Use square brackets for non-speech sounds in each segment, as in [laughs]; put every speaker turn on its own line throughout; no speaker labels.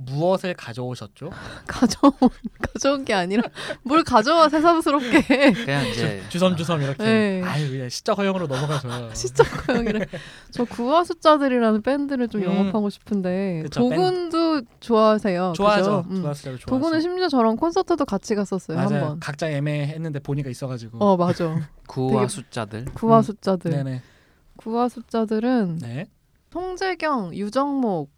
무엇을 가져오셨죠?
가져온 [laughs] 가져온 게 아니라 뭘 가져와 새삼스럽게.
[laughs]
그냥 이제
주섬주섬 이렇게.
예. 네.
아유, 예, 시적 허용으로 넘어가죠.
[laughs] 시적 고양이래. 저 구화 숫자들이라는 밴드를 좀
음.
영업하고 싶은데
그쵸,
도군도 좋아하세요.
좋아하죠.
그죠? 음.
좋았어요. 좋아하죠.
도군은 심지어 저랑 콘서트도 같이 갔었어요 한
맞아요. 음.
번.
각자 애매했는데 본의가 있어가지고.
어
[laughs]
맞아.
구와
되게-
숫자들
구화
음.
숫자들.
네네.
구화 숫자들은 [laughs]
네.
송재경, 유정목.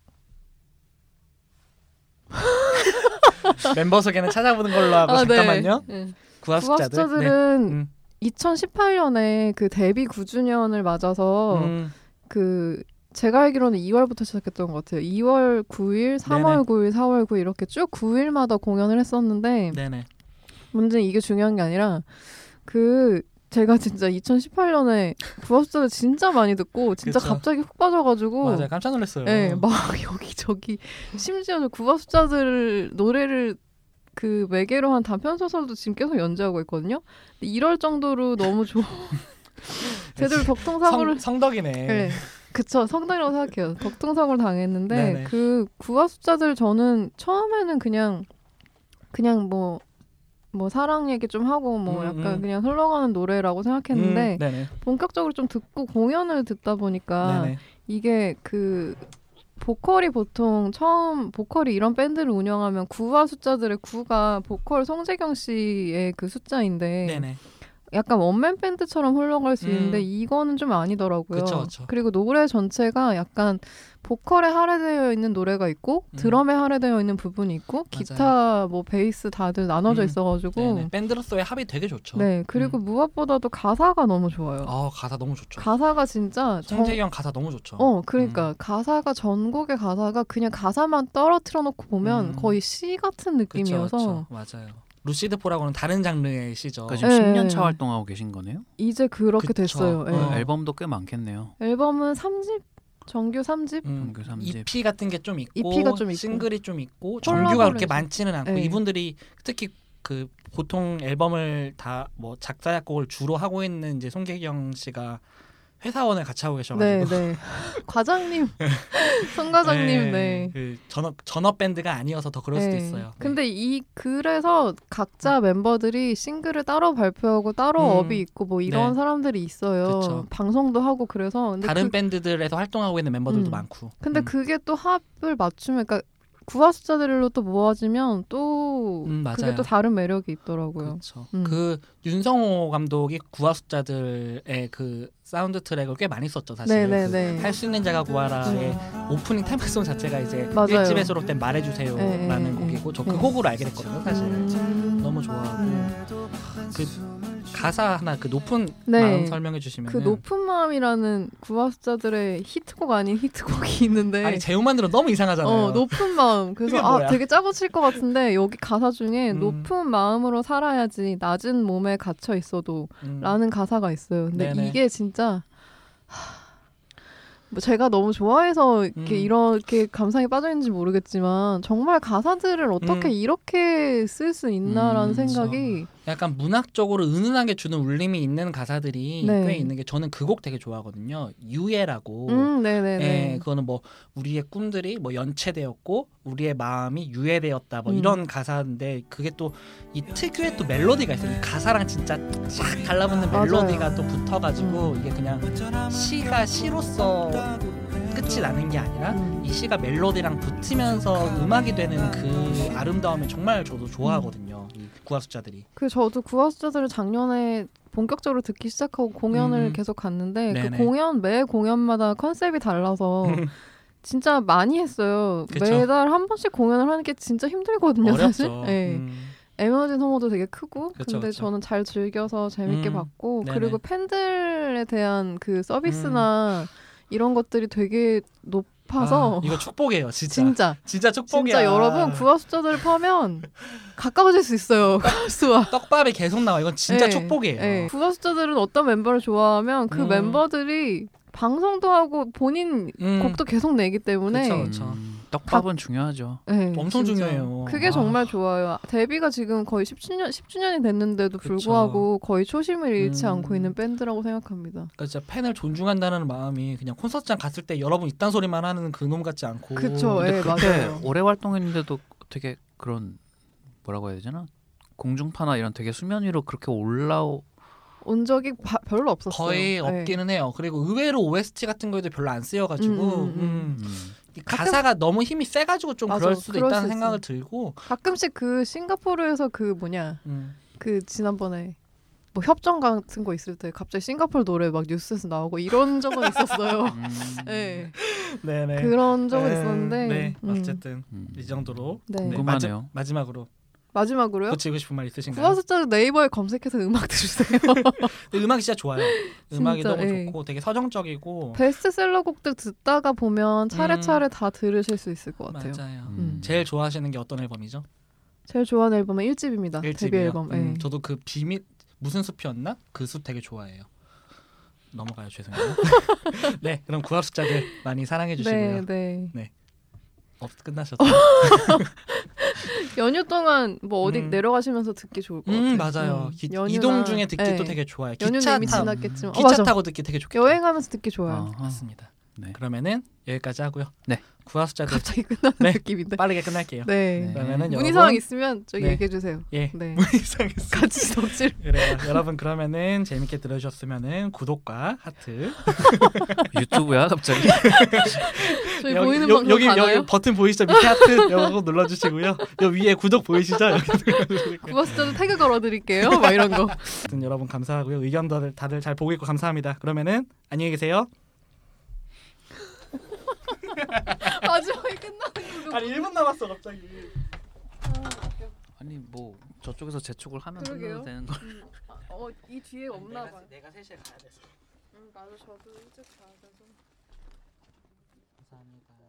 멤버 소개는 찾아보는 걸로 하고
아, 네.
잠깐만요.
네.
구하
구화
숫자들.
숫자들은
네. 음.
2018년에 그 데뷔 9주년을 맞아서
음.
그 제가 알기로는 2월부터 시작했던 것 같아요. 2월 9일, 3월 9일, 4월 9일 이렇게 쭉 9일마다 공연을 했었는데
네네.
문제는 이게 중요한 게 아니라 그 제가 진짜 2018년에 구합수를 진짜 많이 듣고 진짜
그쵸.
갑자기 훅 빠져가지고
맞아요. 깜짝 놀랐어요.
예, 막 [laughs] 여기저기 심지어 구합수자들 노래를 그 매개로 한 단편 소설도 지금 계속 연재하고 있거든요. 근데 이럴 정도로 너무
[laughs]
좋아.
네.
제대로 덕통사고를
성, 성덕이네.
네. 그쵸 성당이라고
[laughs]
생각해요. 덕통사고를 당했는데
네네.
그 구화 숫자들 저는 처음에는 그냥 그냥 뭐 뭐 사랑 얘기 좀 하고 뭐
음,
약간
음.
그냥 흘러가는 노래라고 생각했는데
음, 네네.
본격적으로 좀 듣고 공연을 듣다 보니까
네네.
이게 그 보컬이 보통 처음 보컬이 이런 밴드를 운영하면 구화 숫자들의 구가 보컬 송재경 씨의 그 숫자인데
네네.
약간 원맨 밴드처럼 흘러갈 수
음.
있는데 이거는 좀 아니더라고요.
그쵸, 그쵸.
리고 노래 전체가 약간 보컬에 할애되어 있는 노래가 있고
음.
드럼에 할애되어 있는 부분이 있고 기타 뭐 베이스 다들 나눠져
음.
있어가지고
네네. 밴드로서의 합이 되게 좋죠.
네 그리고 무엇보다도 가사가 너무 좋아요.
아 가사 너무 좋죠.
가사가 진짜 정-
송재경 가사 너무 좋죠.
어
음.
그러니까 가사가 전곡의 가사가 그냥 가사만 떨어뜨려 놓고 보면
음.
거의 시 같은 느낌이어서
그쵸, 그쵸. 맞아요. 루시드 포라고는 다른 장르의 시죠.
그러니까 지금
예.
10년 차 활동하고 계신 거네요.
이제 그렇게
그쵸.
됐어요. 예.
어.
앨범도 꽤 많겠네요.
앨범은 3집 정규 3집
음,
정규 3집.
EP 같은 게 좀 있고,
EP가 E 좀 있고.
싱글이 좀 있고,
콜라보레이션.
정규가 그렇게 많지는 않고
네.
이분들이 특히 그 보통 앨범을 다 뭐 작사 작곡을 주로 하고 있는 이제 송혜경 씨가 회사원을 같이 하고 네.
네,
계셔가지고
네. 과장님,
[laughs]
송 과장님, 네.
그 전업 전업 밴드가 아니어서 더 그럴 수도
네.
있어요. 네.
근데 이 그래서 각자 멤버들이 싱글을 따로 발표하고 따로
음.
업이 있고 뭐 이런
네.
사람들이 있어요.
그쵸.
방송도 하고 그래서 근데
다른
그,
밴드들에서 활동하고 있는 멤버들도
음.
많고.
근데
음.
그게 또 합을 맞추면 그러니까 구화 숫자들로 또 모아지면 또
음, 맞아요.
그게 또 다른 매력이 있더라고요.
그렇죠.
음.
그 윤성호 감독이 구하 숫자들의 그 사운드 트랙을 꽤 많이 썼죠 사실.
네,
그
네, 네.
할 수 있는 자가 구하라의 오프닝 테마송 자체가 이제
맞아요.
일집에 수록된 말해주세요라는
네, 네,
곡이고 저 그
네. 음.
곡으로 알게 됐거든요 사실. 너무 좋아하고 그 가사 하나 그 높은
네.
마음 설명해 주시면
그 높은 마음이라는 구화 숫자들의 히트곡 아닌 히트곡이 있는데
아니 제목만 들어 너무 이상하잖아요.
네. 어,
[laughs]
높은 마음. 그래서
그게
아,
뭐야?
되게 짜고칠 것 같은데 여기 가사 중에
음.
높은 마음으로 살아야지 낮은 몸에 갇혀 있어도
음.
라는 가사가 있어요. 근데
네네.
이게 진짜 하, 뭐 제가 너무 좋아해서 이렇게
음.
이렇게 감상에 빠져있는지 모르겠지만 정말 가사들을 어떻게
음.
이렇게 쓸 수 있나라는
음,
생각이
약간 문학적으로 은은하게 주는 울림이 있는 가사들이
네.
꽤 있는 게 저는 그 곡 되게 좋아하거든요. 유예라고.
음, 네네네.
예, 그거는 뭐 우리의 꿈들이 뭐 연체되었고 우리의 마음이 유해되었다 뭐
음.
이런 가사인데 그게 또 이 특유의 또 멜로디가 있어요. 이 가사랑 진짜 쫙 달라붙는
맞아요. 음.
멜로디가 또 붙어가지고 이게 그냥 시가 시로서 끝이 나는 게 아니라
음.
이 시가 멜로디랑 붙으면서 음악이 되는 그 아름다움이 정말 저도 좋아하거든요.
음.
이 구하숫자들이.
그 저도 구하수자들을 작년에 본격적으로 듣기 시작하고 공연을
음.
계속 갔는데
네네.
그 공연 매 공연마다 컨셉이
[laughs]
달라서 진짜 많이 했어요.
그쵸.
매달 한 번씩 공연을 하는 게 진짜 힘들거든요, 사실.
어렵죠.
네.
음.
에너지 소모도 되게 크고
그쵸,
근데
그쵸.
저는 잘 즐겨서 재밌게
음,
봤고
네네.
그리고 팬들에 대한 그 서비스나 이런 것들이
음.
되게
아,
높아서
이거 축복이에요, 진짜. 진짜,
진짜
축복이야.
진짜 여러분 구하수자들을 파면 가까워질 수 있어요. [laughs] 가수와
떡밥이 계속 나와. 이건 진짜
예,
축복이에요.
예. 구가수자들은 어떤 멤버를 좋아하면 그
음.
멤버들이 방송도 하고 본인
음.
곡도 계속 내기 때문에
그쵸.
그렇죠.
음. 떡밥은 중요하죠.
네,
엄청
진짜.
중요해요.
그게
아.
정말 좋아요. 데뷔가 지금 거의 17년 10주년이 됐는데도
그쵸.
불구하고 거의 초심을 잃지
음.
않고 있는 밴드라고 생각합니다.
그러니까 진짜 팬을 존중한다는 마음이 그냥 콘서트장 갔을 때 여러분 이딴 소리만 하는 그놈 같지 않고
그쵸, 예,
음, 근데 그렇게
맞아요.
오래 활동했는데도 되게 그런 뭐라고 해야 되나 공중파나 이런 되게 수면 위로 그렇게 올라오
온 적이 바- 별로 없었어요.
거의
네.
없기는 해요. 그리고 의외로 OST 같은 거에도 별로 안 쓰여가지고
음, 음,
음,
음.
이 가사가 너무 힘이 세가지고 좀
맞아,
그럴 수도
그럴
있다는
수
생각을 들고
가끔씩 그 싱가포르에서 그 뭐냐
음,
그 지난번에 뭐 협정 같은 거 있을 때 갑자기 싱가포르 노래 막 뉴스에서 나오고 이런
[laughs]
적은
음.
있었어요.
음,
네.
네네
그런 적은
네,
있었는데
네
음.
어쨌든
음.
이 정도로
네.
궁금하네요.
마지, 막으로
마지막으로요.
붙이고 싶은 말 있으신가요?
구화숫자 네이버에 검색해서 음악 들으세요.
[laughs] 근데 음악이 진짜 좋아요. 음악이
[laughs] 진짜,
너무
예.
좋고 되게 서정적이고
베스트셀러 곡들 듣다가 보면 차례차례 다 들으실 수 있을 것 같아요.
음. 맞아요.
음.
제일 좋아하시는 게 어떤 앨범이죠?
제일 좋아하는 앨범은 1집입니다. 데뷔
일집이요.
앨범.
음,
예.
저도 그 비밀 무슨 숲이었나? 그 숲 되게 좋아해요. 넘어가요
[laughs]
죄송해요. 네 그럼 구합 숫자들 많이 사랑해 주시고요.
네, 어, 네.
없 끝나셨죠?
연휴 동안 뭐 어디
음.
내려가시면서 듣기 좋을 것
음
같아요.
맞아요.
음,
기-
연휴나-
이동 중에 듣기
예.
또 되게 좋아요. 기차
연휴는 이미
타
지났겠지만 어,
기차
맞아.
타고 듣기 어. 되게 좋겠다.
여행하면서 듣기 좋아요.
아하.
맞습니다.
네.
그러면은 여기까지 하고요.
네.
구합 숫자들
[laughs] 갑자기 끝나는
네.
느낌인데.
빠르게 끝날게요.
아, 네.
그러면은
문의
여러분-
사항 있으면 저기
네.
얘기해 주세요.
예
네.
문이 상했어.
같이 [laughs] 덕질.
그래요. 여러분 그러면은 재밌게 들으셨으면은 구독과 하트
유튜브야 갑자기 [laughs]
저희 보이는
여-
방송
여기
가나요?
여기 버튼 보이시죠? 밑에 하트 [laughs] 요거 눌러 주시고요. 요 위에 구독 보이시죠? 여기 눌러 주시고요.
구화숫자도 태그 걸어드릴게요. 막 이런 거.
아무튼 여러분 감사하고요. 의견 다들 다들 잘 보고 있고 감사합니다. 그러면은 안녕히 계세요.
[laughs] 마지막에 끝나는 거.
아니 1분 남았어 갑자기.
아니 뭐 저쪽에서 재촉을 하면
그러게요.
끝나도 되는 거
어, 이 뒤에 없나 봐.
내가 3시에 가야 돼서.
응, 나도 저도 일찍 자야 돼서.
감사합니다.
뭐